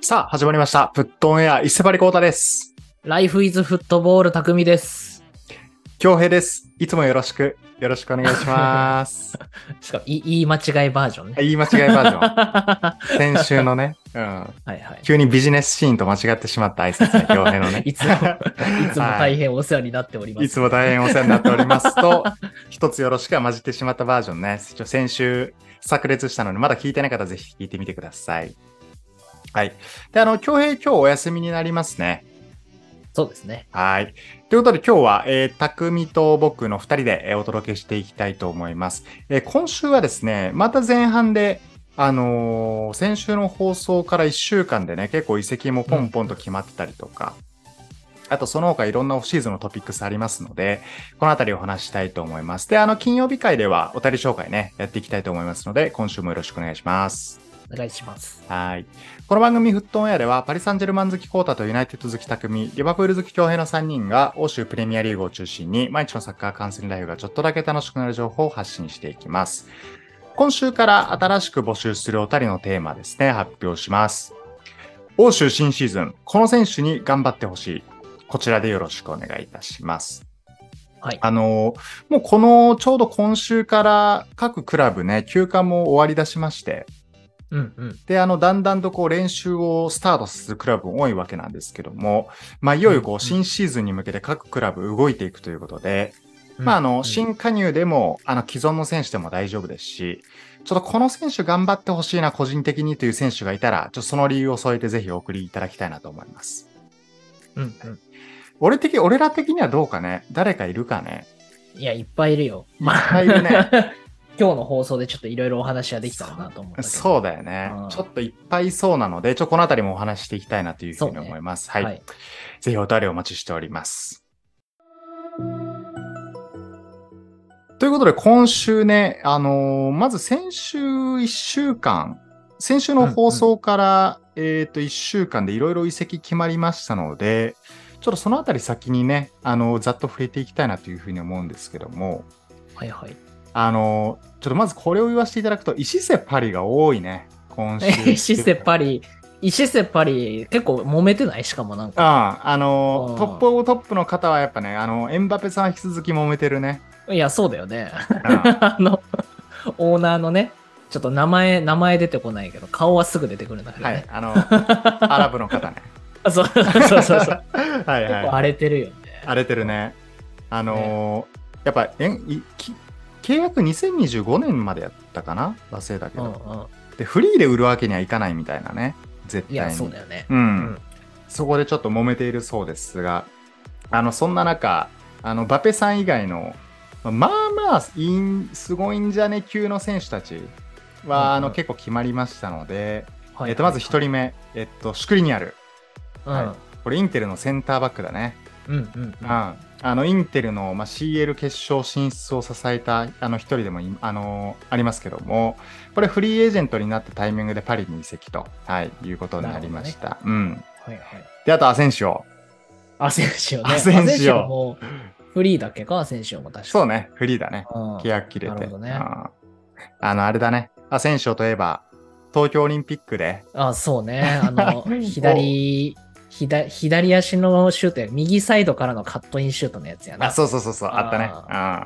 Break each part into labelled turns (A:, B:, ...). A: さあ、始まりました。フットオンエア、伊勢張りコータです。
B: ライフイズフットボール匠です。
A: 京平です。いつもよろしく、よろしくお願いします。
B: しかも、い言い間違いバージョンね。
A: 言い間違いバージョン。
B: は
A: 先週のね、うん。
B: い はい。。
A: 急にビジネスシーンと間違ってしまった挨拶ね、京平のね
B: いつ も、いつも大変お世話になっておりま
A: い
B: す。
A: つも大変お世話になっております と、一つよろしくが混じってしまったバージョンね。ちょ先週炸裂したので、まだ聞いてない方はぜひ聞いてみてください。はい。で、あの、京平今日お休みになりますね。
B: そうですね。
A: はい。ということで今日は、えー、匠と僕の二人で、えーお届けしていきたいと思います。えー今週はですね、また前半で、あのー先週の放送から1週間でね、結構移籍もポンポンと決まってたりとか、あとその他いろんなオフシーズンのトピックスありますので、このあたりお話ししたいと思います。で、あの、金曜日会ではお便り紹介ね、やっていきたいと思いますので、今週もよろしくお願いします。
B: お願いします。
A: はい。この番組フットオンエアでは、パリ・サンジェルマン好きコータとユナイテッド好き匠、リバプール好き強兵の3人が、欧州プレミアリーグを中心に、毎日のサッカー観戦ライフがちょっとだけ楽しくなる情報を発信していきます。今週から新しく募集するおたりのテーマですね、発表します。欧州新シーズン、この選手に頑張ってほしい。こちらでよろしくお願いいたします。
B: はい
A: あの、もうこの、ちょうど今週から各クラブね、休暇も終わりだしまして、
B: うんうん。
A: で、あの、だんだんとこう練習をスタートするクラブも多いわけなんですけども、まあ、いよいよこ
B: うん
A: う
B: う
A: ん新シーズンに向けて各クラブ動いていくということで、
B: うん
A: まあ、あの、
B: うん
A: 新加入でも、あの、既存の選手でも大丈夫ですし、ちょっとこの選手頑張ってほしいな、個人的にという選手がいたら、ちょっとその理由を添えてぜひお送りいただきたいなと思います。
B: うんうん。
A: 俺的、俺ら的にはどうかね誰かいるかね
B: いや、いっぱいいるよ。
A: いっぱいいるね
B: 今日の放送でちょっといろいろお話ができたらなと思ったけど。
A: そうだよね
B: う。ん
A: ちょっといっぱいいそうなので、ちょ、このあたりもお話ししていきたいなというふうに
B: そうね
A: 思います。
B: は
A: はい
B: い。
A: ぜひお便りお待ちしております。ということで、今週ね、あのーまず先週1週間、先週の放送から、えっ、と、1週間でいろいろ移籍決まりましたので、ちょっとそのあたり先にね、あのーざっと触れていきたいなというふうに思うんですけども、
B: はいはい。
A: あのーちょっとまずこれを言わせていただくと、石瀬パリが多いね、今週。
B: 石瀬パリ、石瀬パリ、結構揉めてないしかもなんか。
A: あああの
B: うん
A: トップオブトップの方はやっぱね、あのエンバペさんは引き続き揉めてるね。
B: いや、そうだよね。
A: うん
B: あの、オーナーのね、ちょっと名前、名前出てこないけど、顔はすぐ出てくるんだ けど
A: は
B: ね
A: い。、あの、アラブの方ね。
B: あそうそうそうそう。
A: はい
B: 結構
A: は
B: 荒れてるよね。
A: い。荒れてるね。あのーやっぱえんいき契約2025年までやったかな忘れたけ
B: うんう
A: ど、
B: ん。
A: で、フリーで売るわけにはいかないみたいなね。絶対
B: い
A: に。
B: や、そうだよね。
A: う。
B: うんん。
A: そこでちょっと揉めているそうですが、あの、そんな中、あの、バペさん以外の、まあまあいいん、すごいんじゃね級の選手たちは、あ
B: うんうん
A: の、結構決まりましたので、
B: はい
A: えっと、まず1人目、えっと、シュクリニアル。
B: う
A: は
B: ん
A: これ、インテルのセンターバックだね。
B: うんうん
A: うん。あの、インテルの、まあ、CL 決勝進出を支えた、あの、一人でもい、あの、ありますけども、これ、フリーエージェントになったタイミングでパリに移籍と、はい、いうことになりました。うん。
B: はいはい。
A: で、あと、アセンシオ。
B: アセンシオね。
A: アセンシオ
B: もフリーだっけか、アセンシオも確か
A: そうね、フリーだね。
B: うん
A: 契約切れて。
B: なるほどね
A: うんあの、あれだね。アセンシオといえば、東京オリンピックで、、
B: あ、そうね。あの 左、左左足のシュートや、右サイドからのカットインシュートのやつや
A: あ、
B: な。
A: そうそうそうそう、あったね。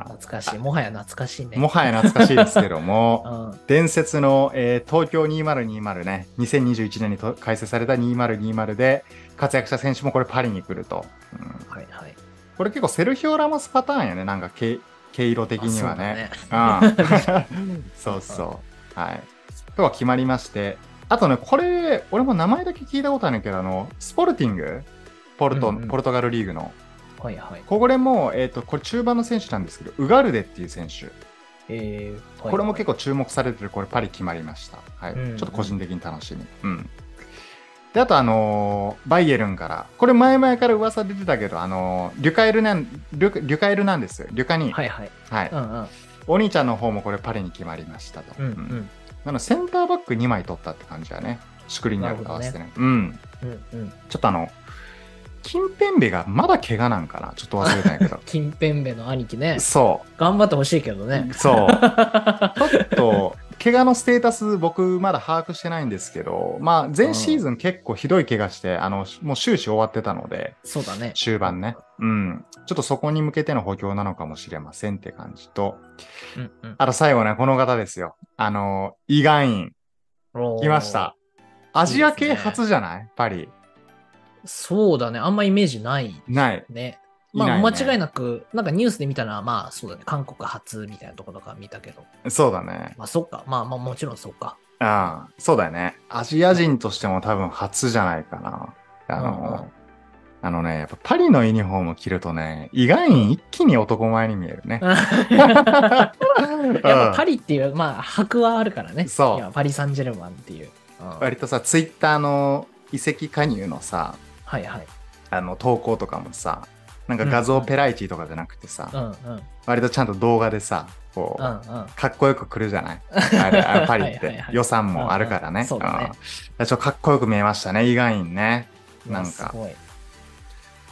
B: 懐かしい。もはや懐かしい
A: うん
B: ね。
A: もはや懐かしいですけど
B: う
A: も、
B: ん。
A: 伝説の、えー東京2020ね、2021年にと開催された2020で活躍した選手もこれパリに来ると。うん
B: はいはい。
A: これ結構セルヒオ・ラモスパターンやね、なんか毛毛色的にはね。
B: あ。
A: ああそうそう。はい。今日は決まりまして。あとね、これ、俺も名前だけ聞いたことあるんだけど、あの、スポルティングポルト、
B: うんうん
A: ポルトガルリーグの。
B: そうだねはいはい。
A: これも、えっ、と、これ中盤の選手なんですけど、ウガルデっていう選手。
B: えー
A: これも結
B: 構。
A: 構注目されてる、これパリ決まりました。はい。
B: うんうん
A: ちょっと個人的に楽しみ。うん。で、あとあのーバイエルンから、これ前々から噂出てたけど、あのーリュカエルなん、リュリュカエルなんです。リュカに、
B: はいはい。
A: はい。
B: うんうん。
A: お兄ちゃんの方もこれパリに決まりましたと。
B: うんう
A: うん
B: ん。
A: なのでセンターバック2枚取ったって感じだね。シュクリニアルと合わせてね。うん。
B: うんうん。。
A: ちょっとあの、キンペンベがまだ怪我なんかなちょっと忘れたんやけど
B: 金ペンベの兄貴ね。
A: そ
B: 頑張ってほしいけど
A: う。
B: ね。
A: そう。ちょっと、怪我のステータス、僕まだ把握してないんですけど、まあ、前シーズン結構ひどい怪我して、あの、もう終始終わってたので、
B: そうだね。
A: 終盤ね。うん。ちょっとそこに向けての補強なのかもしれませんって感じと、
B: うんうん。
A: あと最後ね、この方ですよ。あの、イガイン、
B: おー
A: 来ました。。アジア
B: いい
A: 系
B: ですね
A: 初じゃないパリ。
B: そうだね。あんまイメージない
A: ない。
B: ね。
A: いない
B: まあ、
A: ね
B: 間違いなく、なんかニュースで見たのは、まあ、そうだね。韓国初みたいなところから見たけど。
A: そうだね。
B: まあ、そっか。まあまあ、もちろんそ うか。
A: ああ、そうだよね。アジア人としても多分初じゃないかな。あの、あのね、やっぱパリのユニフォームを着るとね、意外に一気に男前に見えるね。
B: やっぱパ
A: リ
B: リっていう、まあ、箔はあるからね。
A: そう
B: 今パリ・サンジェルマンっていう。うんはい
A: 割とさ、ツイッターの遺跡加入のさ、
B: はい。
A: あの投稿とかもさ、なんか画像ペライチとかじゃなくてさ、
B: うんうん。うんうん。
A: 割とちゃんと動画でさ、こう、
B: あ
A: かっこよく来るじゃ ないあれあれパリっ
B: はいはい
A: て
B: はい
A: 予算もあるから
B: うんう
A: ね。
B: んそうだね
A: んちょっとかっこよく見えましたね、意外にね。なんか
B: すごい。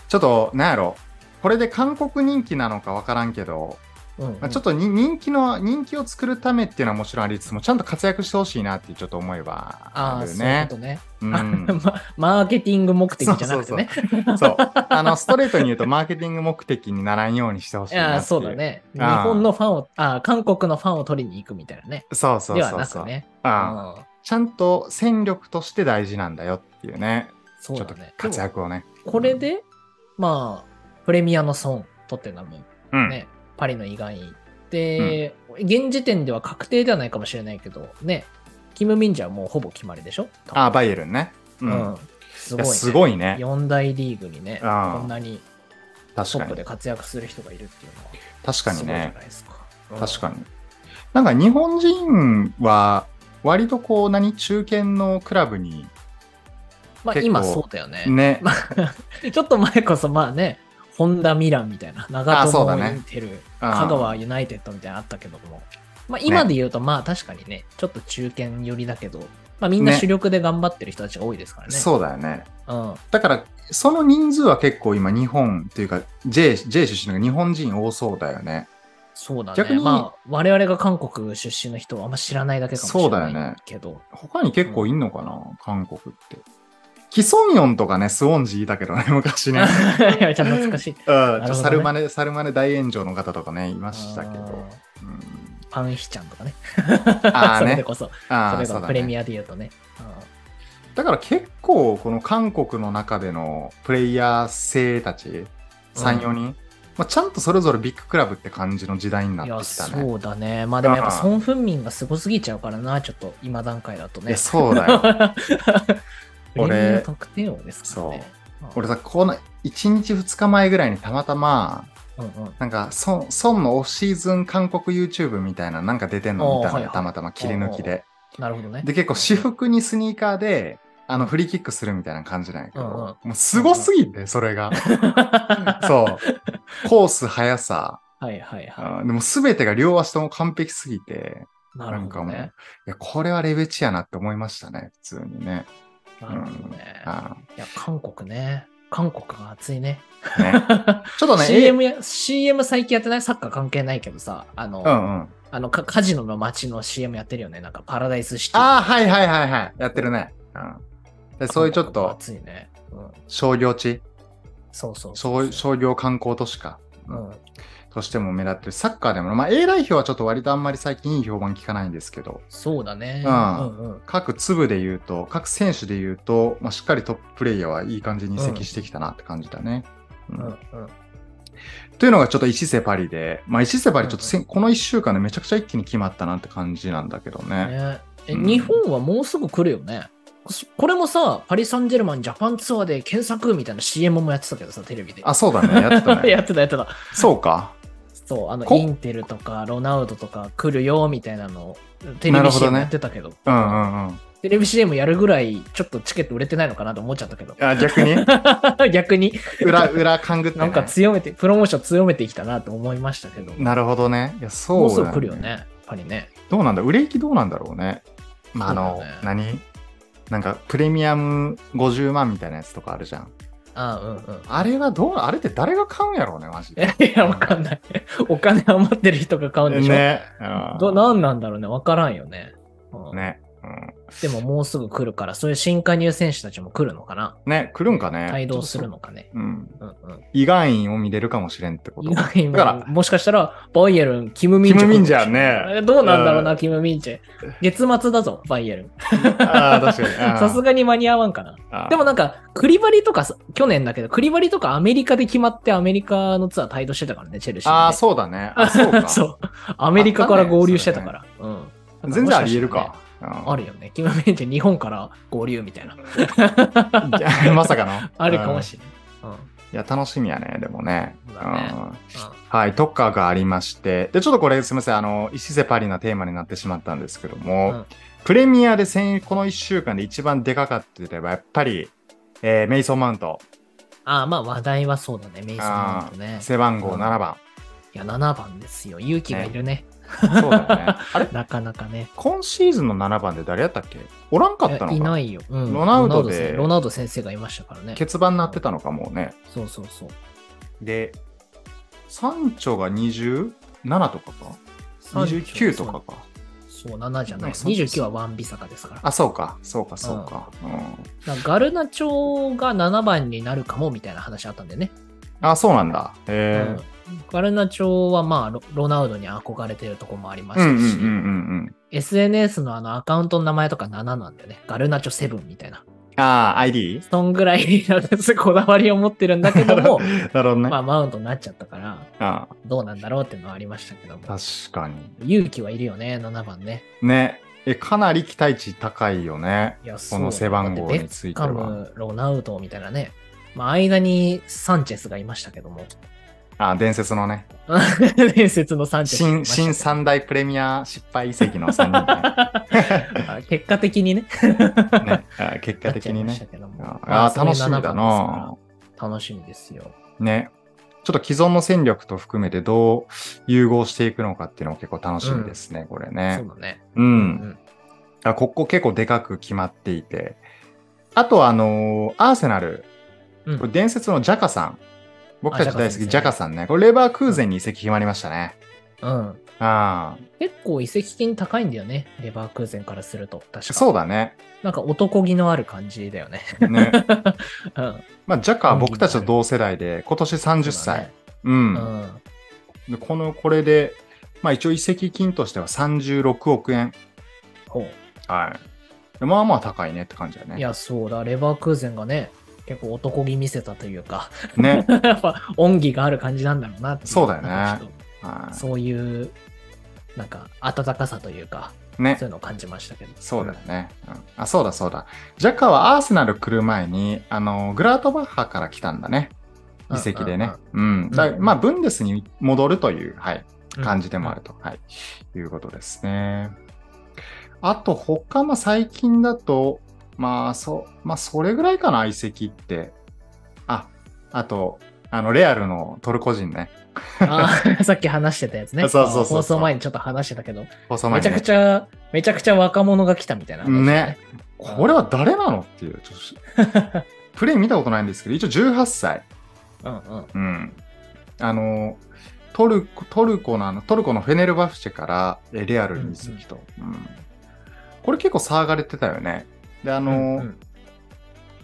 A: ちょっと、なんやろ。これで韓国人気なのかわからんけど、
B: うんうん
A: まあちょっとに人気の、人気を作るためっていうのはもちろんありつつも、ちゃんと活躍してほしいなっていうちょっと思えば
B: あ
A: あ
B: あ、
A: る
B: そういう
A: ね
B: こ。とね。
A: うん
B: まマーケティング目的じゃなくてね。
A: そう。あの、ストレートに言うと、マーケティング目的にならんようにしてほしい
B: い
A: なってい
B: や
A: う。
B: ーそうだ。ね。日
A: あー
B: 本のファンを、あー韓国のファンを取りに行くみたいなね。
A: そうそう
B: では
A: そう
B: な
A: そ
B: く
A: う、
B: ね。
A: ああ
B: うん
A: ちゃんと戦力として大事なんだよっていうね。
B: そう
A: ちょ
B: だ
A: っと
B: ね。
A: 活躍をね。
B: でもこれで、まあ、プレミアの損取ってるのはも
A: うん。
B: うね、パリの以外に。で、現時点では確定ではないかもしれないけど、ね、キム・ミンジャはもうほぼ決まりでしょ
A: ああ、バイエルンね。う。
B: うんん。す
A: い
B: ご
A: や
B: い、ね。
A: すごいね。
B: 4大リーグにね、こ
A: あー
B: んなに
A: 確
B: ト
A: か
B: ップ
A: に
B: で。活躍する人がいるっていうのは、
A: 確か
B: す
A: に
B: ごいじゃ
A: ね。
B: ないですか。
A: 確かに。なんか日本人は、割とこう、何、中堅のクラブに
B: まあ、
A: 結構
B: 今そうだよね。
A: ね、
B: まあ、ちょっと前こそ、まあね、ホンダ・ミランみたいな、長
A: あそうだ
B: 友、
A: ね
B: インテル、
A: うん
B: 香川ユナイテッドみたいなのあったけども、まあ、今で言うと、まあ確かにね、ちょっと中堅寄りだけど、まあ、みんな
A: ね
B: 主力で頑張ってる人たちが多いですからね。
A: そうだよね。
B: うん。
A: だから、その人数は結構今、日本というか、J, J 出身の日本人多そうだよね。
B: そうだね。
A: 逆に
B: まあ、我々が韓国出身の人はあんま知らないだけかもしれ
A: そうだよ
B: な
A: ね
B: いけど、
A: 他に結構いんのかな、韓国って。キソンヨンとかね、スウォンジいたけどね、 昔 ね。
B: いや、ちゃ懐かしい。
A: うん
B: ほどね
A: ちょサルマネ、サルマネ大炎上の方とかね、いましたけど。うん
B: パンヒちゃんとかね。
A: あー
B: それ
A: ね
B: でこそ、
A: あ
B: そ
A: あ、
B: れ
A: そう
B: が
A: だ
B: プレミ
A: ね。
B: アで言うとね。うん
A: だから結構、この韓国の中でのプレイヤー性たち、3、4人、まあ、ちゃんとそれぞれビッグクラブって感じの時代になっ
B: いや、
A: てきたね。
B: そうだね。まあでもやっぱ
A: う
B: ソン・フンミンがすごすぎちゃうからな、ちょっと今段階だと
A: い
B: ね
A: や。そうだよ。 俺
B: 俺、得点王ですからね。
A: 俺さ、この1日2日前ぐらいにたまたま、
B: うんうん。
A: なんか、孫孫のオフシーズン韓国 YouTube みたいななんか出てんの見たの
B: おーはい
A: よ
B: はい
A: たまたま切り抜きで。
B: なるほどね。
A: で、結構私服にスニーカーで、あの、フリーキックするみたいな感じなんやけど、
B: うんうん
A: もうすごすぎて、それ が。そう。コース、速さ、
B: はいはいは
A: うんでも全てが両足とも完璧すぎて、
B: い。なるほど
A: なん
B: ね。
A: いや、これはレベチやなって思いましたね、普通にね。
B: なるほどね。
A: あ
B: いや、韓国ね。韓国が熱いね。
A: ーね ちょっとね、
B: CM や、CM 最近やってないサッカー関係ないけどさ、あの、
A: うんうん。
B: あのカカジノの街の CM やってるよね。なんかパラダイスシティ。
A: ああ、はいはいはいはい。やってるね。うん、でそういうちょっ
B: 韓国が
A: と
B: 熱いね。うん。
A: 商業地、
B: そうそう
A: 商
B: そう。
A: 商業観光都市か、
B: うん。
A: としても目立ってる。サッカーでも、まあ、A 代表はちょっと割とあんまり最近いい評判聞かないんですけど、
B: そうだね。
A: うん
B: うんうん。
A: 各粒で言うと、各選手で言うと、まあ、しっかりトッププレイヤーはいい感じに移籍してきたなって感じだね。う
B: うんんうん
A: というのがちょっと一世パリで、まあ、一世パリちょっとせんこの1週間でめちゃくちゃ一気に決まったなって感じなんだけどね。
B: ねえ、
A: うん
B: 日本はもうすぐ来るよね。そこれもさ、パリ・サンジェルマンジャパンツアーで検索みたいな CM もやってたけどさ、テレビで。
A: あ、そうだ ね。やってたね。
B: やってた、やってた。
A: そうか。
B: そう、あの、
A: こ
B: インテルとかロナウドとか来るよみたいなのをテレ
A: なる
B: ビ
A: ほど
B: CM
A: ね
B: やってたけど、
A: うんうんうん。
B: テレビ CM やるぐらいちょっとチケット売れてないのかなと思っちゃったけど、
A: あ逆に
B: 逆に
A: 裏、裏勘ぐって、ね。
B: なんか強めて、プロモーション強めていきたなと思いましたけど、
A: なるほどね。いや、そうだ
B: もうすぐ来るよ。ね、パリね。
A: どうなんだ売れ行きどうなんだろうね。まあ、あ
B: そ
A: の、
B: うだね
A: 何なんか、プレミアム50万みたいなやつとかあるじゃん。
B: ああ、うんうん。
A: あれはどう、あれって誰が買うんやろうね、マジで。
B: いや、わかんない。お金余ってる人が買うんでしょ。
A: ね。うん
B: ど、なんなんだろうね。わからんよね。うん
A: ね。うん、
B: でももうすぐ来るから、そういう新加入選手たちも来るのかな
A: ね、来るんかね。
B: 帯同するのかね。
A: うん。
B: うんうん。
A: 胃がん院を見れるかもしれんってこと
B: 意。外にも
A: だから
B: もしかしたら、バイエルン、キム・ミン
A: キ
B: チェ。
A: ムミンジャーね
B: えどうなんだろう
A: う
B: な、キム・ミンチェ。月末だぞ、バイエルン。
A: ああ、確かに。
B: さすがに間に合わんかな。
A: が
B: でもなんか、クリバリとかさ、去年だけど、クリバリとかアメリカで決まってアメリカのツアー帯同してたからね、チェルシー、ね。
A: ああ、そうだね。あそうか。
B: そう。アメリカから合流してたから。うん。
A: 全然あり得る
B: だらもし
A: かうん
B: し。たらね。あるよね。キム・ミンチェ、日本から合流みたいな。
A: いや まさかの。
B: あるかも
A: れ
B: しれない。
A: いや、楽しみやね、でもね。
B: そうだね
A: うんはい、とかがありまして、で、ちょっとこれすみません、あの、石瀬パリのテーマになってしまったんですけども、
B: うん
A: プレミアで先この1週間で一番でかかってれば、やっぱり、えーメイソン・マウント、
B: ああ、まあ話題はそうだね、メイソンマウントね。
A: 背番号7番。
B: いや、7番ですよ。勇気がいるね。
A: そうだよね。あれ
B: なかなかね。
A: 今シーズンの7番で誰やったっけおらんかったのか
B: いやいないよ。うん
A: ロナウドで
B: ロナウド先ロナウド先生がいましたからね。
A: 欠番になってたのかもね。
B: そうそうそう。
A: で、サンチョが27とかか29とかか。
B: そう、7じゃない。
A: なんかそうそう
B: 29はワンビサカですから。
A: あ、そうか、そうか、そうか。うん
B: だからガルナチョが7番になるかもみたいな話あったんでね。
A: あ、そうなんだ。
B: う
A: へえ
B: ん。ガルナチョはまあロ、ロナウドに憧れてるとこもありまし
A: うんうん
B: た
A: うん
B: し、
A: うん
B: SNS のあのアカウントの名前とか7なんだよね。ガルナチョ7みたいな。
A: うん。ああ、ID?
B: そんぐらいなんですこだわりを持ってるんだけども、
A: なるほどね。
B: まあ、マウントになっちゃったから、
A: ああ
B: どうなんだろうっていうのはありましたけども。
A: 確かに。
B: 勇気はいるよね、7番ね。
A: ね。え、かなり期待値高いよね。
B: いや、そ
A: こ
B: う
A: の背番号については
B: だってベッカム、ロナウドみたいなね。まあ、間にサンチェスがいましたけ ども。
A: あ、伝説のね。
B: 伝説のサンチェスがい
A: 新、
B: ましたけ
A: 新
B: ど。
A: 三大プレミア失敗遺跡の3人ね
B: あ結果的にね。
A: ね。あ結果的に
B: なっちゃいました
A: ね。
B: けども。
A: ああ、
B: ま
A: 楽しみだ。
B: それ7番
A: な
B: です。から楽しみですよ。
A: ね。ちょっと既存の戦力と含めてどう融合していくのかっていうのも結構楽しみですね、これ
B: そ
A: ね
B: う。だね。
A: う。。
B: うん
A: あここ結構でかく決まっていて。あとはあのーアーセナル。
B: うん
A: これ伝説のジャカさん。僕たち大好き
B: あ
A: ジ
B: ジ
A: ャ
B: ャカ
A: カさんね。これレバークーゼンに移籍決まりましたね。
B: うん。
A: ああ、
B: 結構移籍金高いんだよね。レバークーゼンからすると。確か
A: そうだね。
B: なんか男気のある感じだよね。
A: ね
B: うん。
A: まあ、ジャカは僕たちと同世代で、今年30
B: そうだ
A: 歳
B: ね。。
A: う。
B: うんん。
A: でこの、これで、まあ一応移籍金としては36億円。
B: ほ
A: はい。でまあまあ高いねって感じだ
B: う。
A: ね。
B: いや、そうだ。レバークーゼンがね、結構男気見せたというか、
A: ね。
B: やっぱ恩義がある感じなんだろうなってい
A: そうだよね
B: なんかちょっ
A: は
B: とそういう、なんか温かさというか、
A: い、ね
B: そう。いうのを感じましたけど。
A: そうだよね、うんあ、そうだそうだ。ジャカはアーセナル来る前に、あの、グラートバッハから来たんだね。
B: うん
A: 移籍でね。うん
B: ん
A: だまあ、ブンデスに戻るという、はい、感じでもある
B: る。
A: と、はい、いうことですね。あと、他、まあ、最近だと、まあ、そう、まあ、それぐらいかな、移籍って。あ、あと、あの、レアルのトルコ人ね。
B: あー さっき話してたやつね。
A: そうそうそうそう
B: 放送前にちょっと話してたけど、
A: 細
B: め
A: 前
B: ちゃ
A: に
B: く
A: ね。
B: ちゃ、めちゃくちゃ若者が来たみたいな話
A: ね。これは誰なのっていう、ちょっとプレイ見たことないんですけど、一応18歳。
B: うんうん。
A: うん。あの、トルコ、トルコのあの、トルコのフェネルバフチェからえレアルに移籍と、うんこれ結構騒がれてたよね。で、あの、
B: うんうん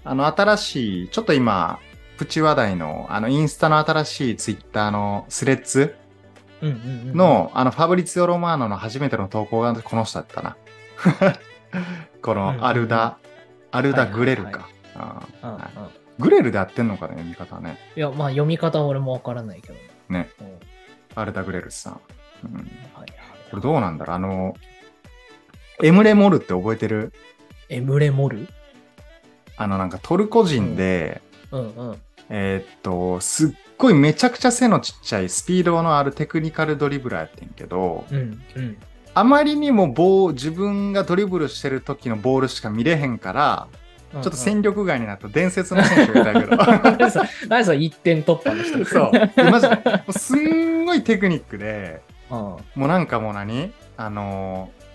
A: あの、新しい、ちょっと今、プチ話題の、あの、インスタの新しいツイッターのスレッズ
B: うんうんうん、
A: の、あの、ファブリツィオ・ロマーノの初めての投稿がこの人だったな。 こ
B: うん
A: の、アルダ、アルダ・グレル
B: はいは
A: か。あー
B: うんうん、
A: グレルでやってんのかね、読み方ね。
B: いや、まあ読み方は俺もわからないけど。
A: ね
B: うん。はい
A: アルダ・グレルさん。うん
B: はい
A: これどうなんだろうあの、エムレ・モルって覚えてる
B: エムレモル
A: あの、なんかトルコ人で、
B: うんうん。
A: えーっと、すっごいめちゃくちゃ背のちっちゃいスピードのあるテクニカルドリブラーやってんけど、
B: うんうん。
A: あまりにも棒、自分がドリブルしてる時のボールしか見れへんから、
B: ちょ
A: ちょっと戦力外になった伝説の選手がいたけど。
B: 何それ何それ一点突破の 人。
A: そう。でマジでもうすんごいテクニックで、
B: うん。
A: もうなんかもう何あのー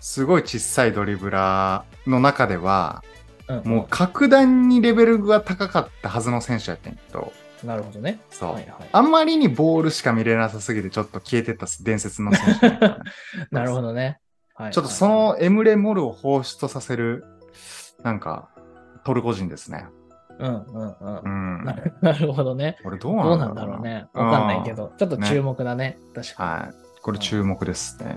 A: すごい小さいドリブラーの中では、
B: うん
A: もう格段にレベルが高かったはずの選手やってんけど、
B: なるほどね。
A: そう。
B: はいはい
A: あんまりにボールしか見れなさすぎてちょっと消えてった伝説の選手やったね
B: なるほどね。はい
A: ちょっとそのエムレ・モルを放出させる、なんか、トルコ人ですね。
B: うんうんうん
A: う。ん。
B: なるなるほどね。
A: これどう
B: どう
A: な
B: なん
A: んだ
B: だ
A: ろ
B: ろ
A: う
B: う
A: な。
B: ね。わかんないけど、ちょっと注目だね。確か
A: はい。これ注目ですね。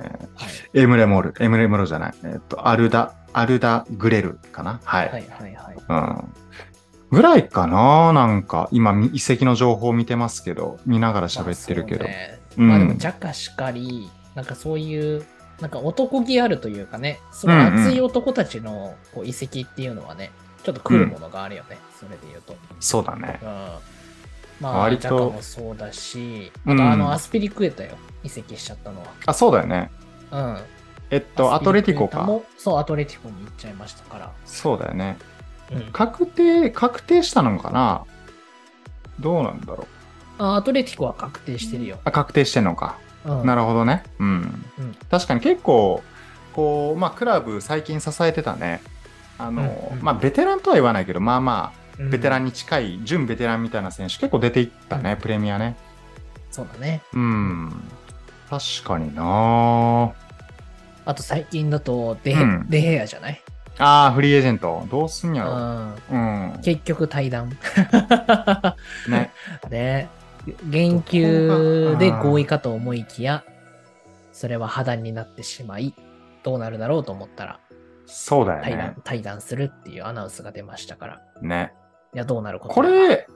B: に。
A: エムレ・モル。エムレ・モルじゃない。えっと、アルダ、アルダ・グレルかな。は。
B: はいいはいはいはい。
A: うん。ぐらいかななんか、今、み遺跡の情報見てますけど、見ながら喋ってるけど。
B: まあそうね
A: うん
B: まあでも、ジャカしかり、なんかそういう、なんか男気あるというかね、その熱い男たちのこう遺跡っていうのはね、ちょっと来るものがあるよね、それで言うと。
A: そうだね
B: う。んまあ、
A: 割
B: ジ
A: と
B: ャカもそうだし、あ
A: うん
B: とあの、アスピリクエタよ、移籍しちゃったの
A: あ、そうだよね。
B: は。うん。
A: えっと、アトレティコ
B: アスピリクエタ
A: か。
B: もそう、アトレティコに行っちゃいましたから。
A: そうだよね。
B: うん
A: 確定、確定したのかなどうなんだろう。
B: あアトレティコは確定してるよ。
A: あ、確定してんのか。
B: うん
A: なるほどね。うん。
B: うん
A: 確かに結構、こう、まあ、クラブ最近支えてたね。あの、
B: うんうん
A: まあ、ベテランとは言わないけど、まあま
B: う
A: あ、
B: ん
A: ベテランに近い、準ベテランみたいな選手結構出ていったね、プレミアね。
B: そうだね。
A: うん。確かにな
B: あと最近だとデヘ、
A: うん
B: デヘアじゃない、
A: ああ、フリーエージェント。どうすんやろ。
B: うん、
A: うん。
B: 結局対 談。
A: ね。
B: ね。言及で合意かと思いきや、それは破談になってしまい、どうなるだろうと思ったら
A: そうだよ
B: 対
A: ね
B: 談。、対談するっていうアナウンスが出ましたから。
A: ね。
B: いや、どうなること
A: これ、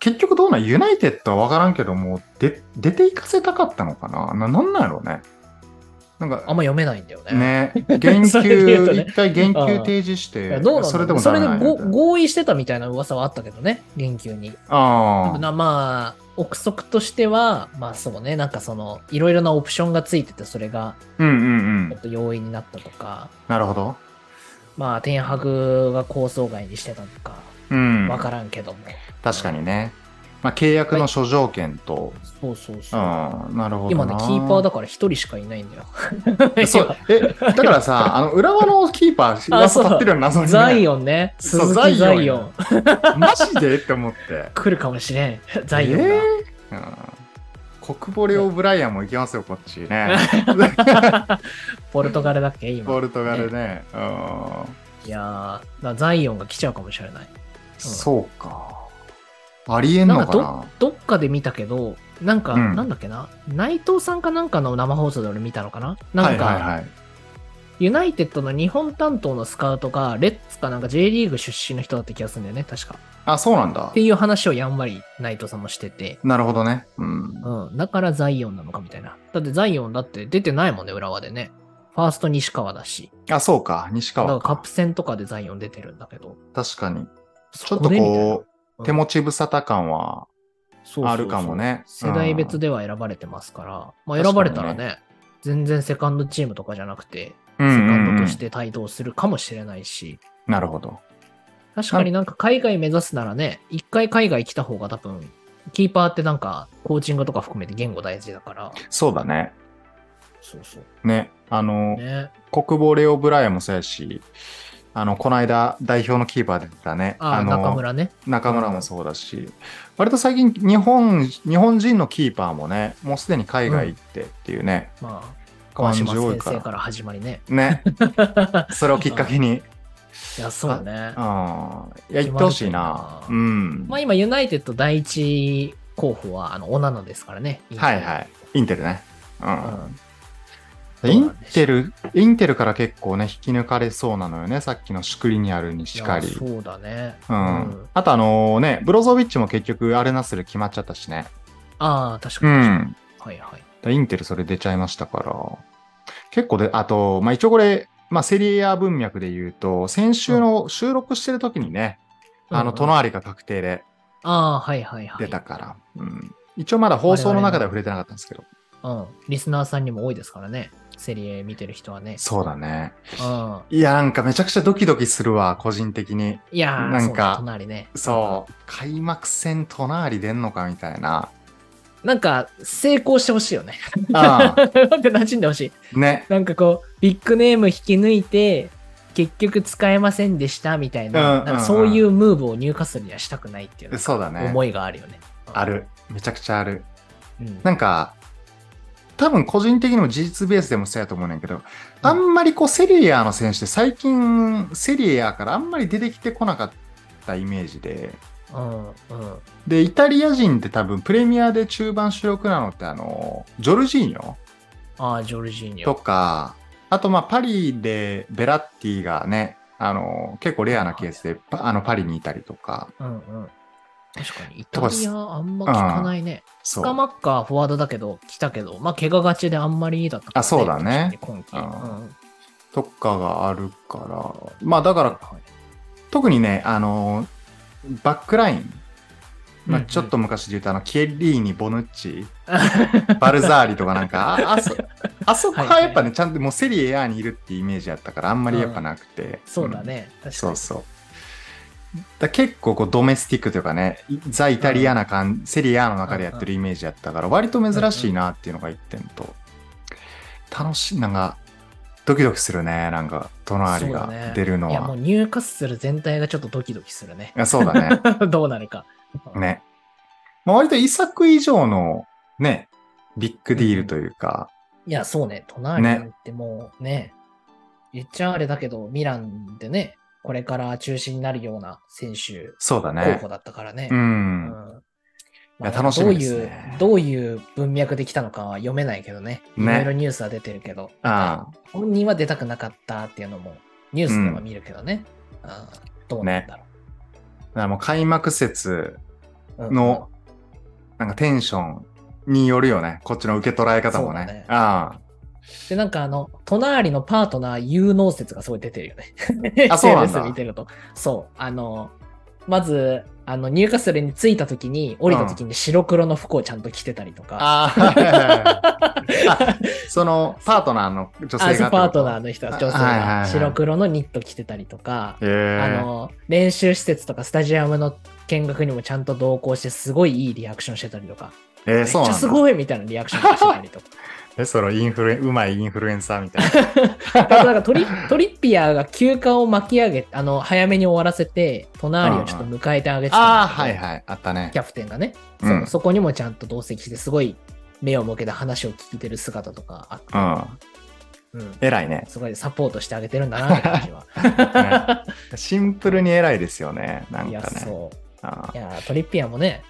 A: 結局どうなんユナイテッドは分からんけど、もうで出ていかせたかったのかなな、なんなんやろうね。なん
B: あん
A: か、
B: ま読めないんだよね。
A: ね、言
B: それで言うとね
A: 及、一回言及提示し
B: い
A: て
B: やどうなんだろ、う
A: それでも
B: そ
A: ダ
B: れ
A: メな
B: で
A: んや
B: ご
A: みたいな
B: 合意してたみたいな噂はあったけどね、言及に。
A: ああ、
B: なまあ、憶測としては、まあそうね、なんかその、いろいろなオプションがついてて、それが
A: うんうんう
B: ちょ
A: ん
B: っ。と容易になったとか、
A: なるほど。
B: まあ、天白が構想外にしてたのか、
A: うん。
B: わからんけども。
A: 確かにね。まあ、契約の諸条件と、
B: そうそうそう。
A: うん、なるほど
B: 今
A: な
B: ね、キーパーだから一人しかいないんだよ。
A: そう、え、だから さ、あの、浦和のキーパー、噂立ってるような謎に、
B: 今
A: ね。
B: ザイオンね。
A: そう
B: 鈴木ザ
A: ザイ
B: イ
A: オ
B: オ
A: ン
B: ン。
A: マジでって思って。
B: 来るかもしれん。ザイオンが。
A: えーうん、国ボレオ・ブライアンも行きますよ、こっち ね。
B: ポルトガルだっ
A: ポ
B: け今。
A: ルトガルね。うん
B: いやー、だザイオンが来ちゃうかもしれない。
A: そうか。ありえんのかな
B: などっかで見たけど、なんか、
A: うん
B: なんだっけな、内藤さんかなんかの生放送で俺見たのかななんか、
A: はいはいはい。
B: ユナイテッドの日本担当のスカウトが、レッツかなんか J リーグ出身の人だった気がするんだよね、確か。
A: あ、そうなんだ
B: って。いう話をやんわり内藤さんもしてて、
A: なるほどね。うん。
B: うん、だからザイオンなのかみたいな。だってザイオンだって出てないもんね、浦和でね。ファースト西川だし。
A: あ、そうか。西
B: だか
A: 川
B: らカッ
A: か。
B: プ戦とかでザイオン出てるんだけど。
A: 確かに。ち
B: ち
A: ょっとこ
B: う
A: う、
B: ん
A: 手持ち無沙汰感はあるかも。ね。
B: そうそうそう世代
A: う
B: 別
A: ん
B: では選ばれてますから、ま
A: 確か
B: あ
A: にね
B: 選ばれたらね、全然セカンドチームとかじゃなくて、
A: う
B: セ
A: ん
B: カンドと
A: うん
B: して帯同するかもしれないし、
A: うんなるほど。
B: 確かになんか海外目指すならね、一回海外来た方が多分、キーパーってなんかコーチングとか含めて言語大事だから、
A: そうだね。
B: そうそう。
A: ね。あの、
B: ね。
A: 国ボレオ・ブライアンもそうやし、あの、この間、代表のキーパーで出たね。
B: ああ、
A: の
B: 中村ね。
A: 中村もそうだし、割と最近日本日本人のキーパーもねもうすでに海外行ってっていうね、
B: まあ、川
A: 感じ
B: 島
A: 多い
B: 先
A: か
B: 生
A: ら
B: から始まりね。
A: ねそれをきっかけに
B: いや、そうね。
A: あいや行ってほしいな
B: 決
A: う
B: ま
A: ん、
B: まあ今、ユナイテッド第一候補は、あの、オナノですからね。
A: はいはいインテルね、うん
B: うん
A: インテルインテルから結構ね引き抜かれそうなのよねさっきのシュクリニアルにしかり
B: いやそうだね。
A: うんあとあのねブロゾビッチも結局アルナスル決まっちゃったしね
B: ああ、確か
A: う
B: に。
A: ん
B: はいはい。
A: インテルそれ出ちゃいましたから、結構で、あと、まあ、一応これ、まあ、セリエ A 文脈で言うと、先週の収録してる時にね、あの、
B: うんうん
A: 隣が確定で
B: ああ、はいはいはい。
A: 出たから、うん。一応まだ放送の中では触れてなかったんですけど、
B: うん。リスナーさんにも多いですからね。セリエ見てる人はね。
A: そうだね。
B: うん。
A: いや、なんかめちゃくちゃドキドキするわ、個人的に。
B: いやー、
A: なんか
B: そうだ隣ね。
A: そう、開幕戦隣出んのかみたいな。
B: う。なんか、成功してほしいよね。
A: あ
B: なんか馴染んでほしい。
A: あ、ね。
B: なんかこう、ビッグネーム引き抜いて、結局使えませんでしたみたいな、
A: うん
B: なんかそういうムーブを入荷するにはしたくないっていう
A: そうだね。
B: 思いがあるよね。
A: ある。めちゃくちゃある。
B: うん。
A: なんか、多分個人的にも事実ベースでもそうやと思うねんけど、あんまりこうセリエ A の選手って最近セリエ A からあんまり出てきてこなかったイメージで、
B: うん、うん。
A: で、イタリア人って多分プレミアで中盤主力なのってあの、ジョルジーニョ
B: ああ、ジョルジーニ
A: と
B: ョ。
A: か、あとまあパリでベラッティがね、あの、結構レアなケースでパあのパリにいたりとか、
B: うんうん。確かに、イ
A: とか
B: タリアあんま聞かないね。
A: そ
B: スカ
A: う。
B: マッカーフォワードだけど、来たけど、まあ、怪我がちであんまりいいだったから、
A: あそうだね
B: 確かに今季。
A: うん
B: うん
A: とかがあるから、まあだから
B: はい
A: 特にね、あのーバックライン、まあ、
B: うんうん
A: ちょっと昔で言うと、あのキエリーニ、ボヌッチ、バルザーリとかなんか、ああそあそこはやっぱね、ちゃんともうセリエ A にいるってイメージやったから、あんまりやっぱなくて。
B: そうだね。
A: うん。
B: 確か
A: そ
B: に
A: う。そう。だ結構こうドメスティックというかね、いザ・イタリアな感じ、セリエ A の中でやってるイメージやったから、割と珍しいなっていうのが一点と、楽しい、なんか、ドキドキするね、なんか、隣
B: そうだ
A: が
B: ね
A: 出るの
B: いや、も
A: は
B: う。ニューカッスル全体がちょっとドキドキするね。
A: いやそうだね。
B: どうなるか。
A: ね。まあ、割と遺作以上のね、ビッグディールというか、
B: いや、そうね。隣なんてもうね、言っちゃあれだけど、ミランでね、これから中心になるような選手
A: そうだ
B: 候
A: ね
B: 補。だったからね。
A: う。
B: うんん
A: いや
B: まあ
A: 楽しみですね
B: どういう、どういう文脈で来たのかは読めないけどね。
A: ね
B: いろいろニュースは出てるけど、
A: ああ
B: 本人は出たくなかったっていうのも、ニュースでは見るけどね。ああどうなんだろ
A: だからもう開幕節
B: う。うん
A: の、なんかテンションによるよね。こっちの受け捉え方も
B: そうだ
A: ね
B: ね。
A: あ
B: で、なんかあの、隣のパートナー有能説がすごい出てるよね。
A: あそうなんだ
B: SNS 見てると。そう。あの、まず、あの、入荷するに着いた時に、降りた時に白黒の服をちゃんと着てたりとか。
A: あ。ああはいはいはいはい。あそのパートナーの女
B: あ、
A: 性
B: そ
A: が。
B: うパートナー。の人、女性
A: あはいはいは
B: が
A: い
B: 白黒のニット着てたりとか、あ
A: ええ。
B: の、練習施設とかスタジアムの見学にもちゃんと同行して、すごいいいリアクションしてたりとか、
A: え
B: め
A: え
B: っち
A: そう
B: ゃ
A: なん
B: す
A: だ。
B: ごいみたいなリアクションしてたりとか。
A: え、そのインフルエン、うまいインフルエンサーみたい
B: あとなんかトリ トリッピアーが休暇を巻き上げあの早めに終わらせて隣をちょっと迎えてあげて
A: な。ああ、
B: たんだ
A: はい
B: けど
A: はい。あったね
B: キ。ャプテンがね、
A: うん
B: そうそこにもちゃんと同席してすごい目を向けて話を聞いてる姿とかあって、
A: うん。
B: うん、
A: 偉い ね。
B: すごいサポートしてあげてるんだなって感じは。
A: シンプルに偉いですよね。 なんかね。
B: いやそう
A: あ
B: いやトリッピアーもね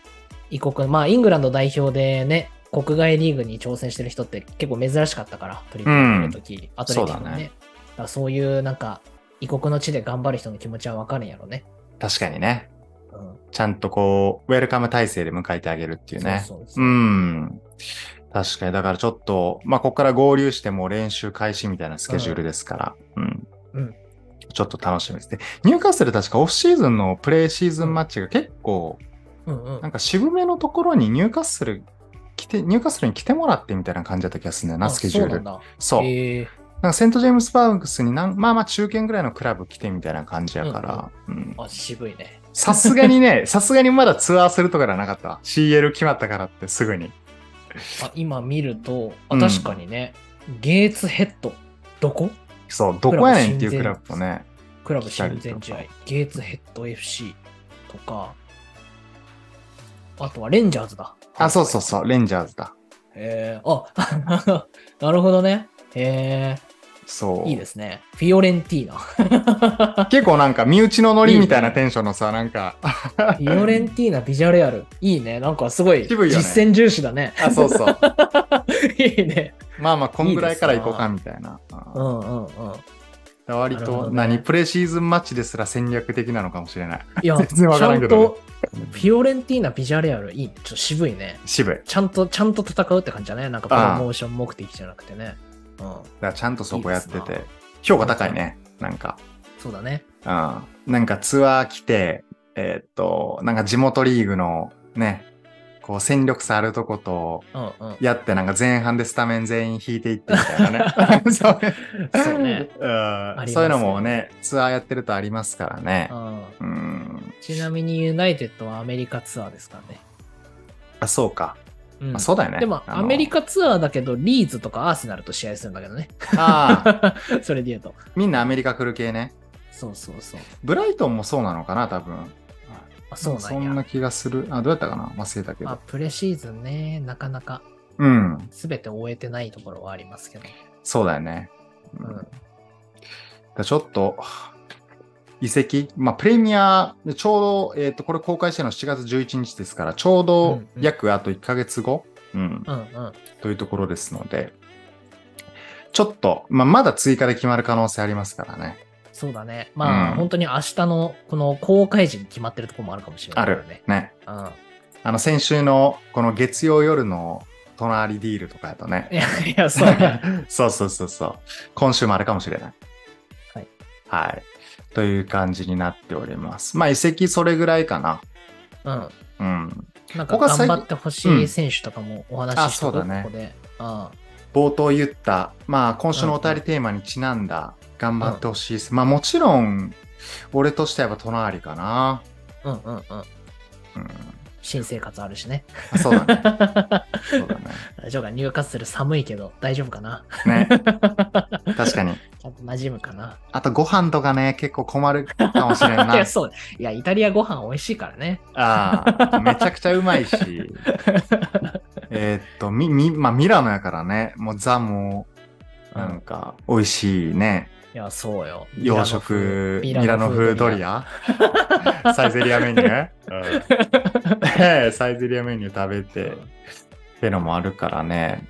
B: 異国まあイングランド代表でね国外リーグに挑戦してる人って結構珍しかったからトリッピアーの時、アトレティッ
A: そ
B: ク
A: う
B: の
A: だ
B: ね
A: ね
B: だからそういうなんか異国の地で頑張る人の気持ちは分かるんやろね。
A: 確かにね。
B: うん
A: ちゃんとこう、ウェルカム体制で迎えてあげるっていうね。
B: そうそう
A: う
B: そう。
A: ん。確かに。だからちょっと、まあ、ここから合流してもう練習開始みたいなスケジュールですから。うん。
B: うん
A: ちょっと楽しみですね。ニューカッスル確かオフシーズンのプレーシーズンマッチが結構、
B: うんうん
A: なんか渋めのところにニューカッスル来て、ニューカッスルに来てもらってみたいな感じだった気がするんだよな、
B: あ
A: スケジュール。
B: そうなんだ。
A: そう。
B: へえ
A: なんかセントジェームス・バウンクスになん、まあまあ中堅ぐらいのクラブ来てみたいな感じやから、うん
B: あ、渋いね。
A: さすがにね、さすがにまだツアーするとかではなかったわ。CL 決まったからってすぐに。
B: あ、今見ると、あ、
A: うん
B: 確かにね、ゲーツヘッド、どこ
A: そう、どこやねんっていうクラブもね。
B: クラブ親善試
A: 来
B: 合
A: たり、
B: ゲーツヘッド FC とか、あとはレンジャーズだ。
A: あ、そうそうそう、レンジャーズだ。
B: えー、あ、 なるほどね。え
A: そう。
B: ー、いいですね。フィオレンティー ナ。
A: 結構なんか身内のノリみたいなテンションのさ、なんか、
B: フィオレンティーナ、ビジャレアル。いいね。なんかすごい、
A: 渋いよね
B: 実践重視だね。
A: あ、そうそう。
B: いいね。
A: まあまあ、こんぐらいから行こうかみたいな。
B: う
A: うん
B: んうんうん。
A: 割
B: なるほ
A: と
B: どね
A: 何、プレシーズンマッチですら戦略的なのかもしれない。
B: い や、
A: 全然わからんけどね
B: ちゃんと、フィオレンティーナ、ビジャレアル、いいね。ちょっと渋いね。
A: 渋い。だか
B: ちゃんと、ちゃんと戦うって感じだね。なんかプロモーション目的じゃなくてね。うん。
A: らちゃんとそこやって
B: いいです
A: て。評価高いね。なんか。
B: そうだね。
A: うんなんかツアー来て、えーっと、なんか地元リーグのね、こう戦力差あるとこと
B: うんうん。
A: やって、なんか前半でスタメン全員引いていってみたい なね。そう
B: そうね。
A: うん
B: りますよね
A: そういうのもね、ツアーやってるとありますからね
B: う。ん。
A: うん。
B: ちなみにユナイテッドはアメリカツアーですからね。
A: あ、そうか。
B: うん。
A: あそうだよね。
B: でも、
A: あの
B: アメリ。カツアーだけど、リーズとかアーセナルと試合するんだけどね。
A: ああ、
B: それで言うと。
A: みんなアメリカ来る系ね。
B: そうそうそう。
A: ブライトンもそうなのかな、多分。
B: あそうなんや。
A: な気がする。あ、どうやったかな忘れたけど
B: あ。プレシーズンね、なかなか。
A: うん。
B: 全て終えてないところはありますけど。
A: そうだよね。うん
B: うん。
A: だちょっと、遺跡、まあ、プレミア、ちょうど、えっ、と、これ公開してるの7月11日ですから、ちょう
B: う
A: ど
B: んうん
A: 約あと1ヶ月後、うん、
B: うんうん。
A: というところですので、ちょっと、まあ、まだ追加で決まる可能性ありますからね。
B: そうだね。まあ、
A: うん
B: 本当に明日のこの公開時に決まってるところもあるかもしれな
A: あ
B: いから
A: る
B: ね。。
A: ね。
B: うん。
A: あの、先週の、この月曜夜の隣ディールとかやとね
B: い、や、いやそうね。
A: そうそうそうそう。今週もあるかもしれない。
B: はい。
A: はい。という感じになっております。まあ、移籍それぐらいかな。
B: うん。
A: うん。
B: なんか
A: 僕は
B: 頑
A: 最
B: 張ってほしい選手とかもお話しして
A: うんあそうだね
B: ここで。うん。
A: 冒頭言った、まあ、今週のお便りテーマにちなんだ、頑張ってほしいです。まあ、もちろん、俺としてはやっぱ隣かな。
B: うんうん
A: う
B: うん。
A: ん。
B: 新生活あるし ね。
A: あそうだ ね。
B: 大
A: そうだ
B: 丈夫か入荷する寒いけど大丈夫かな
A: ね。ね。
B: ち
A: 確かに。
B: ゃんと馴染むかな
A: あと、ご飯とかね、結構困るかもしれんないい
B: や、。そう。 いや、イタリアご飯美味しいからね。
A: ああ、めちゃくちゃうまい し。えーっと、み、み、まあ、ミラノやからね、もうザも、
B: う
A: なん
B: ん。
A: か、美味しいね、
B: いや、そうよ。
A: 洋食、ミ
B: ミ
A: ラ
B: ラ
A: ノ
B: ノ
A: 風
B: 風
A: ド
B: ド
A: リ
B: リ
A: アサイゼリアメニュー、 え えサイゼリアメニュー食べて、ってのもあるからね。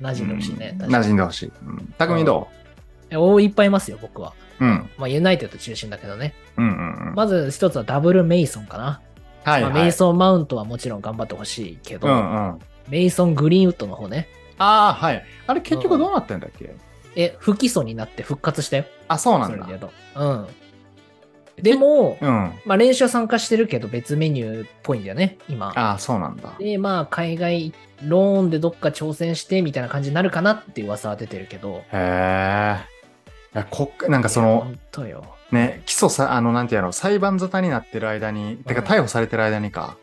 B: 馴染んでほしいね。
A: うん
B: 確か
A: 馴
B: に
A: 染んでほしい。うん匠ど
B: えおいっぱいいますよ、僕は。
A: ううん。
B: まあ、ユナイテッド中心だけどね。
A: うんうんうん。
B: まず一つはダブルメイソンかな。
A: はい、
B: ま
A: は
B: あ
A: い。
B: メイソンマウントはもちろん頑張ってほしいけど、
A: うんうん。
B: メイソングリーンウッドの方ね。
A: ああ、はい。あれ結局どうなってんだっけ、
B: え、不起訴になって復活したよ。
A: あ、そうな
B: そ
A: ん
B: れで
A: だ
B: 言。うと。うん。でも、
A: うん。
B: まあ練習は参加してるけど別メニューっぽいんだよね、今。
A: ああ、そうなんだ。
B: で、まあ海外ローンでどっか挑戦してみたいな感じになるかなっていう噂は出てるけど。
A: へえ。いやこっなんかそ
B: いや
A: の、
B: 本当よ。
A: ね、起訴さ、あの、なんていうの、裁判沙汰になってる間に、てか
B: うん
A: 逮捕されてる間にか、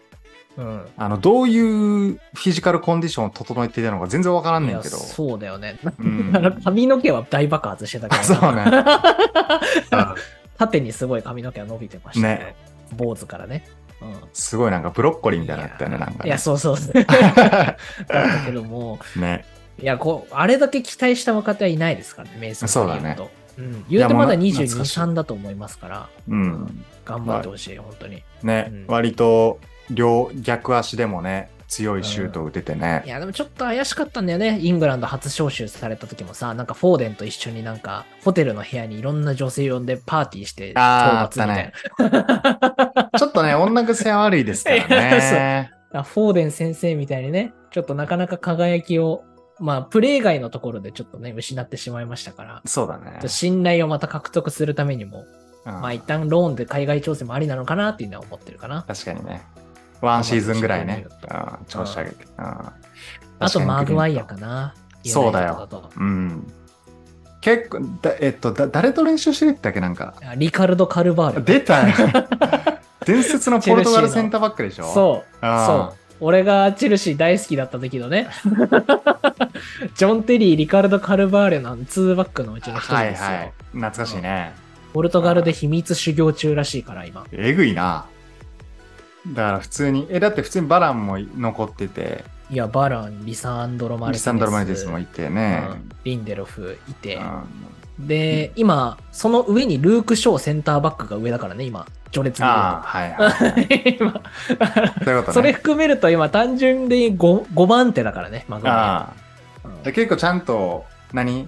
B: うん。
A: あの、どういうフィジカルコンディションを整えていたのか全然わからんねんけど。
B: いやそうだよね。
A: うん
B: あの髪の毛は大爆発してたけど、
A: そうね。
B: 縦にすごい髪の毛が伸びてましたけど
A: ね
B: 坊主からね。うん。
A: すごいなんかブロッコリーみたいになったよね、なんか
B: い
A: ね
B: や、。そうそう。 だったけども、
A: ね。
B: いや、こう、あれだけ期待した若手はいないですからね、メイソン
A: そうだね
B: と。うん、言うてまだ
A: いやもうな
B: 22、
A: 懐かしい
B: 3だと思いますから、
A: うん。
B: 頑張ってほしい、本当に。
A: ね、
B: うん
A: 割と、両、逆足でもね、強いシュートを打ててね。
B: いや、でもちょっと怪しかったんだよね。イングランド初招集された時もさ、なんかフォーデンと一緒になんか、ホテルの部屋にいろんな女性呼んでパーティーして、
A: あー
B: 討伐みいな
A: あっちょっとね、女癖は悪いですから ね。
B: あフォーデン先生みたいにね、ちょっとなかなか輝きを、まあ、プレー外のところでちょっとね、失ってしまいましたから、
A: そうだね。
B: 信頼をまた獲得するためにも、
A: うん
B: まあ、一旦ローンで海外調整もありなのかなっていうのは思ってるかな。
A: 確かにね。ワンシーズンぐらいね
B: 頑張って。
A: うん、調子上げて。うん
B: あと、マグワイア。
A: 確か
B: かな。
A: そうだよ
B: ユナイテッド
A: に
B: と
A: うん。結構、だえっと、だ誰と練習してるってだっけなんか。
B: あリカルド・カルバール。
A: 出たよ。 伝説のポルトガルセンターバックでしょう。
B: そう。
A: あ
B: そう。俺がチェルシー大好きだった時のね、 ジョン・テリー、リカルド・カルバーレの2バックのうち
A: ー
B: の一人
A: はい
B: ですよ。
A: はい。懐かしいね。
B: ポルトガルで秘密修行中らしいから、今。
A: えぐいな。だから普通に、え、だって普通にバランも残ってて、
B: いや、バラン、リサンドロ・マルティネ
A: リ
B: ス
A: サンドロ・マルティネスもいてね。
B: うんリンデロフいて。
A: うん
B: で、今、その上にルーク・ショーセンターバックが上だからね、今、序列に言うと
A: ああ、はいはいはい。
B: 今
A: そういうことね。
B: それ含めると今、単純で 5, 5番手だからね、マグワ
A: ああ。
B: イアうん
A: で結構ちゃんと、何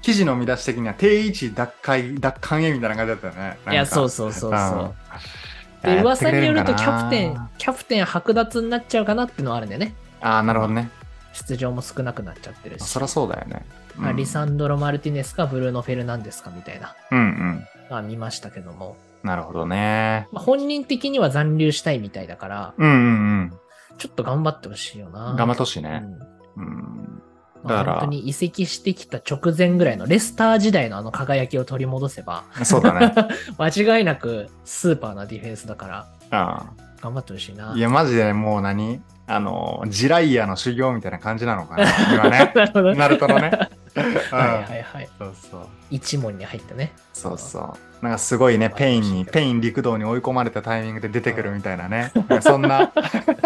A: 記事の見出し的には定位置奪回、奪還へみたいな感じだったよね。なんか
B: いや、そうそうそ
A: うんい
B: うそう。
A: や
B: で、
A: やって
B: 噂
A: く
B: に
A: れ
B: よ
A: ん
B: る
A: か
B: と
A: な
B: キャプテン、キャプテン剥奪になっちゃうかなってのはあるんだよね。
A: ああ、なるほどね。
B: 出場も少なくなっちゃってるし。
A: そりゃそうだよね。
B: まあリサ
A: ん。
B: ンドロ・マルティネスか、ブルーノ・フェルナンデスかみたいな、
A: うんうん。
B: まあ、見ましたけども、
A: なるほどね。
B: まあ、本人的には残留したいみたいだから、
A: うんうん
B: ちょっと頑張ってほしいよ
A: う
B: な。
A: ん。頑張ってほしいうね。
B: ん
A: うん。
B: まあ
A: だから
B: 本当に移籍してきた直前ぐらいのレスター時代のあの輝きを取り戻せば、
A: そうだ ね。
B: 間違いなくスーパーなディフェンスだから、
A: あ
B: 頑張ってほしいな。
A: あ。いや、マジでもう何あの、ジライヤの修行みたいな感じなのかな。今ね
B: 。なるほど。
A: ナルトのね。
B: はいはいはい。
A: そうそう。
B: 一問に入ってね。
A: そうそう。なんかすごいね、ペインに、ペイン陸道に追い込まれたタイミングで出てくるみたいなね。なんかそんな、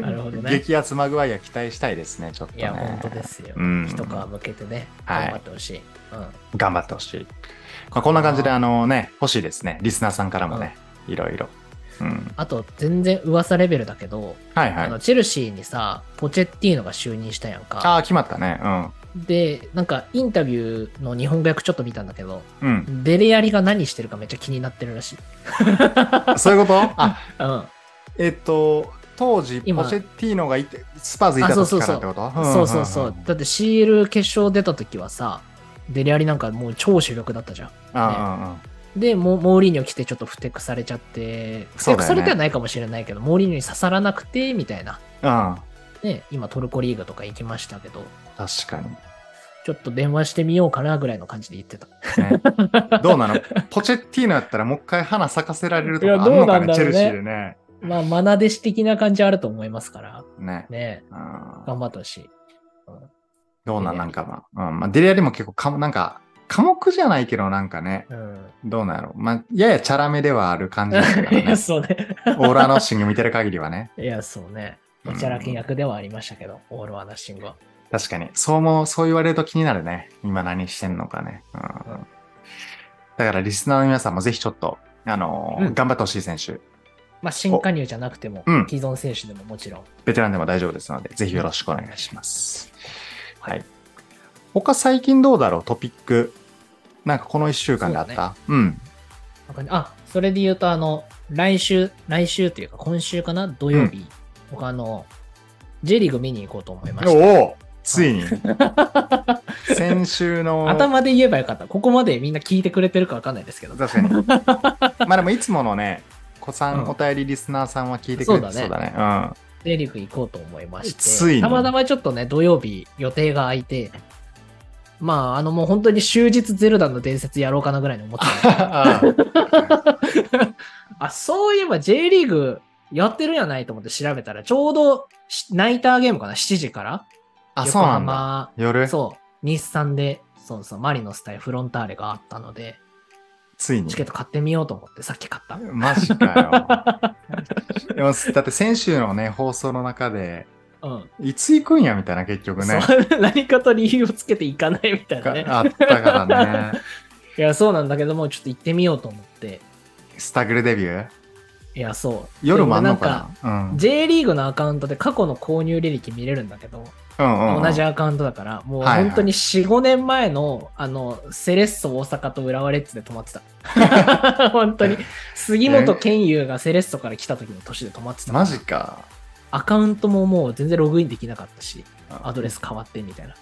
B: なるほどね
A: 激アツマグワイア期待したいですね、ちょっと、
B: い
A: ね。
B: や、本当ですよ。
A: うん
B: 一皮向けてね、
A: はい
B: 頑張ってほしい。うん
A: 頑張ってほしい。まあこんな感じで、あのね、欲しいですね。リスナーさんからもね、いろいろ。うん。
B: あと、全然噂レベルだけど、
A: はいは
B: あ
A: い。
B: の
A: あ
B: チェルシーにさ、ポチェッティーノが就任したやんか。
A: あー、決まったね。
B: で、なんかインタビューの日本語訳ちょっと見たんだけど、
A: うん。うん。
B: デレアリが何してるかめっちゃ気になってるらしい。
A: そう いうことあ、
B: うん。
A: えっと、当時、
B: 今
A: ポチェッティーノがいて、スパーズいた
B: あそ
A: 時
B: う
A: か
B: そう
A: ら
B: そう
A: ってこと
B: そうそうそ。
A: ん
B: うん
A: んん。
B: だって CL 決勝出た時はさ、デレアリなんかもう超主力だったじゃん。
A: あ
B: で、モモーリーニョ来てちょっとふてくされちゃって、ふ
A: そうだよね
B: てくされてはないかもしれないけど、モーリーニョに刺さらなくて、みたいな。
A: あ、うんうん。
B: ね、今トルコリーグとか行きましたけど、
A: 確かに。
B: ちょっと電話してみようかなぐらいの感じで言ってた。
A: ね、どうなのポチェッティーノやったらもう一回花咲かせられると
B: いや
A: かあんのか
B: どうなんだろう
A: ね、
B: ね
A: チェルシーでね。
B: まあ、マナ弟子的な感じあると思いますから、
A: ね。
B: ね、
A: うん
B: 頑張ってほしい。
A: どうなん
B: デリアリ
A: なんかな。うん。まあ、デリアリも結構かも、なんか、寡黙じゃないけど、なんかね、
B: うん。
A: どうなんやろう。まあ、ややチャラめではある感じですから
B: いや、
A: ね。
B: そうね。
A: オーラのシング見てる限りはね。
B: いや、そうね。おちゃらけ役ではありましたけど、オールアナッシングは。
A: 確かに。そうも、そう言われると気になるね。今何してんのかね。うん。だから、リスナーの皆さんもぜひちょっと、あのー
B: うん
A: 頑張ってほしい選手、
B: まあ、新加入じゃなくても、
A: うん
B: 既存選手でももちろん。
A: ベテランでも大丈夫ですので、ぜひよろしくお願いします。はい。他最近どうだろうトピック。なんかこの1週間であっ
B: そう
A: たうん。
B: なんかねあ、それで言うと、あの、来週、来週というか、今週かな土曜日、僕あの、J リーグ見に行こうと思いまし
A: おおつ いに。先週
B: た。
A: の。
B: 頭で言えばよかった。ここまでみんな聞いてくれてるかわかんないですけど。
A: 確かに。まあでもいつものね、子さ
B: うん
A: ん、お便りリスナーさんは聞いてくれて
B: そ
A: そうう
B: だ
A: だね。
B: J リーグ行こうと思いまして。
A: ついに
B: たまたまちょっとね、土曜日予定が空いて、まあ、あのもう本当に終日ゼルダの伝説やろうかなぐらいに思って た。
A: うん。
B: あ、そういえば J リーグやってるやないと思って調べたら、ちょうどしナイターゲームかな ?7 時から
A: あ、そうなん
B: 横
A: だ。
B: 浜
A: 夜、
B: そう、日産で、そうそう、マリノス対フロンターレがあったので、
A: ついに
B: チ。ケット買ってみようと思って、さっき買った。
A: マジか よ。でもだって先週のね、放送の中で、
B: うん。
A: いつ行くんやみたいな結局ね。
B: そう 何かと理由をつけていかないみたいなね。
A: があったからね。
B: いや、そうなんだけども、ちょっと行ってみようと思って。
A: スタグルデビュー
B: いや、そう。
A: 夜もあんの
B: でも
A: か
B: んか
A: なうん
B: J リーグのアカウントで過去の購入履歴見れるんだけど、
A: うんうん。
B: 同じアカウントだから、もう
A: はいはい
B: 本当に4、5年前の、あの、セレッソ大阪と浦和レッズで止まって た。本当に。杉本健佑がセレッソから来た時の年で止まってた。
A: マジか。
B: アカウントももう全然ログインできなかったし、
A: あ
B: アドレス変わってみたいな。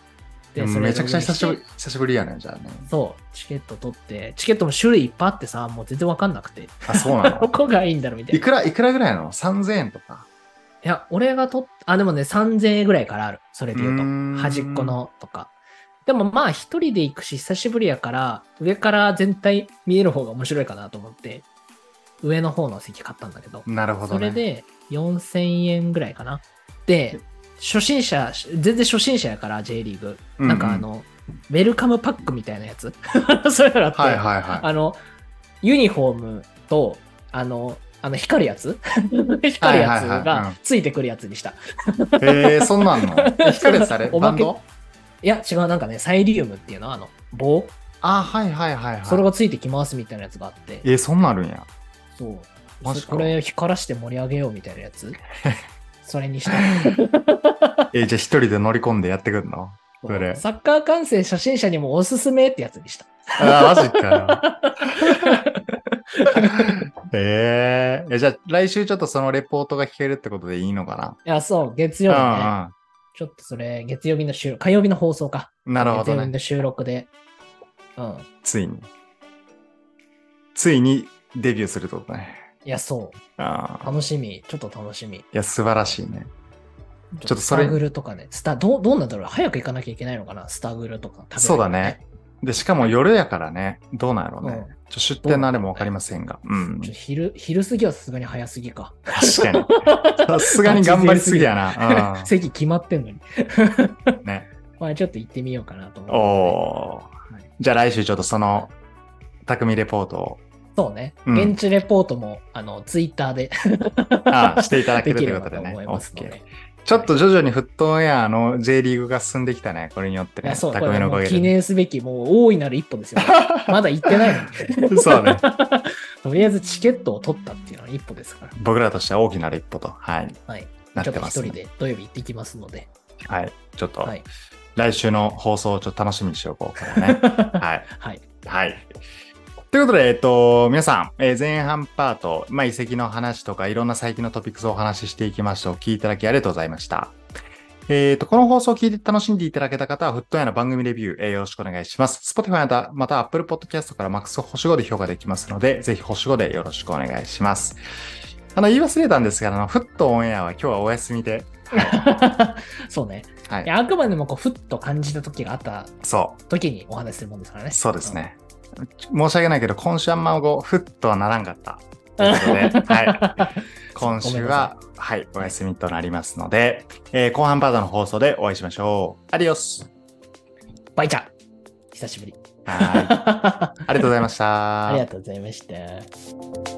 A: でもめちゃくちゃ久しぶ
B: ログイン
A: り、久しぶりやね、じゃあね。
B: てそう、チケット取って、チケットも種類いっぱいあってさ、もう全然わかんなくて、
A: あ、そうな
B: ど
A: の
B: こ がいいんだろうみたい
A: い
B: な。い
A: くら、いくらぐらいなの ?3000 円とか。
B: や、俺が取っ、あ、でもね、3000円ぐらいからある。それで言うと
A: うーん。
B: 端っこのとか。でもまあ一人で行くし久しぶりやから、上から全体見える方が面白いかなと思って、上の方の席買ったんだけど。
A: なるほど
B: それ
A: ね。
B: で4000円ぐらいかな。で、初心者、全然初心者やから、J リーグ。
A: うう
B: なんかあ、の、ウェルカムパックみたいなやつ。 そういうのあって、
A: はいはいは
B: あの、ユニフォームと、あの、あの光る やつ光るやつ
A: はいはいはいうん
B: がついてくるやつにした。
A: い。へえ、そん なんの光るやつあれ
B: お
A: バ
B: ま
A: ン
B: け
A: ド
B: いや、違う、なんかね、サイリウムっていうの、あの、棒、
A: あ、はいはいはいはい。
B: それがついてきますみたいなやつがあって、
A: え、そんなんあるんや。
B: そう。
A: マジ
B: そ
A: か
B: これ光らして盛り上げようみたいなや つそれにした。
A: え、じゃあ一人で乗り込んでやってくんのそれ
B: サッカー観戦初心者にもおすすめってやつにした。
A: あ、マジかよ。えー、えじゃあ来週ちょっとそのレポートが聞けるってことでいいのかない
B: や、そう、月
A: う
B: 曜日ね。
A: んうん
B: ちょっとそれ、月曜日の収録、火曜日の放送か。
A: なるほど
B: 月曜日
A: ね。
B: の収録で。うん。
A: ついに。ついにデビューするってことね。
B: いや、そう。
A: ああ。
B: 楽しみ。ちょっと楽しみ。
A: いや、素晴らしいね。
B: ちょ
A: っとそれ
B: スタグルとかね。スタ、どう、どうなんだろう早く行かなきゃいけないのかなスタグルとか。
A: そうだね。で、しかも夜やからね、どうなんやろうね。
B: うん
A: ちょ出店のあれもわかりませんが。う
B: 食べる
A: ん
B: のね。ちょ。っと昼、昼過ぎはさすがに早すぎか。
A: 確 かに。さすがに頑張りすぎやな。
B: 席決まってんのに。
A: うん。ね。
B: まあちょっと行ってみようかなと思って、
A: おー
B: はい
A: じゃあ来週ちょっとその、匠レポートを、
B: そうね。
A: うん
B: 現地レポートも、あの、ツイッターで
A: あーしていただける
B: でき
A: とい
B: れ
A: う
B: ば
A: こと
B: と
A: でね。
B: 思いますの
A: OK
B: で。
A: ちょっと徐々にフットウェアの J リーグが進んできたね。これによって
B: い
A: ね。
B: やそう、こ
A: 匠
B: れ
A: のお
B: も
A: か
B: う
A: げ
B: 記
A: でね。
B: 念すべき、もう大いなる一歩ですよ。まだ行ってないのに。
A: そうね。
B: とりあえずチケットを取ったっていうのは一歩ですから。
A: 僕らとしては大きな一歩と、はい、
B: はい。
A: なっ
B: ちょってと
A: ま
B: 一
A: す、
B: 人で土曜日行ってきますので。
A: はい。ちょっと、
B: はい。
A: 来週の放送をちょっと楽しみにしよう、こうこれは ね。
B: は
A: はい。
B: い。
A: はい。ということで、えっと、皆さん、えー前半パート、まあ、遺跡の話とか、いろんな最近のトピックスをお話ししていきました。お聞きいただきありがとうございました。えっ、と、この放送を聞いて楽しんでいただけた方は、フットウェアの番組レビュー、えーよろしくお願いします。Spotify また、また Apple Podcast から MAX 星5で評価できますので、ぜひ星5でよろしくお願いします。あの、言い忘れたんですが、あの、フットオンエアは今日はお休みで、
B: そうね。
A: はいい。
B: やあくまでもこう、ふっと感じた時があった
A: そう。
B: 時にお話しするもんですからね。
A: そうです ね。申し訳ないけど、今週あんまごふっとはならんかった。ということで、はい。今週は、はい、お休みとなりますので、えー後半パートの放送でお会いしましょう。アディオス。
B: うん。バイちゃん久しぶり。
A: はい。ありがとうございました。
B: ありがとうございました。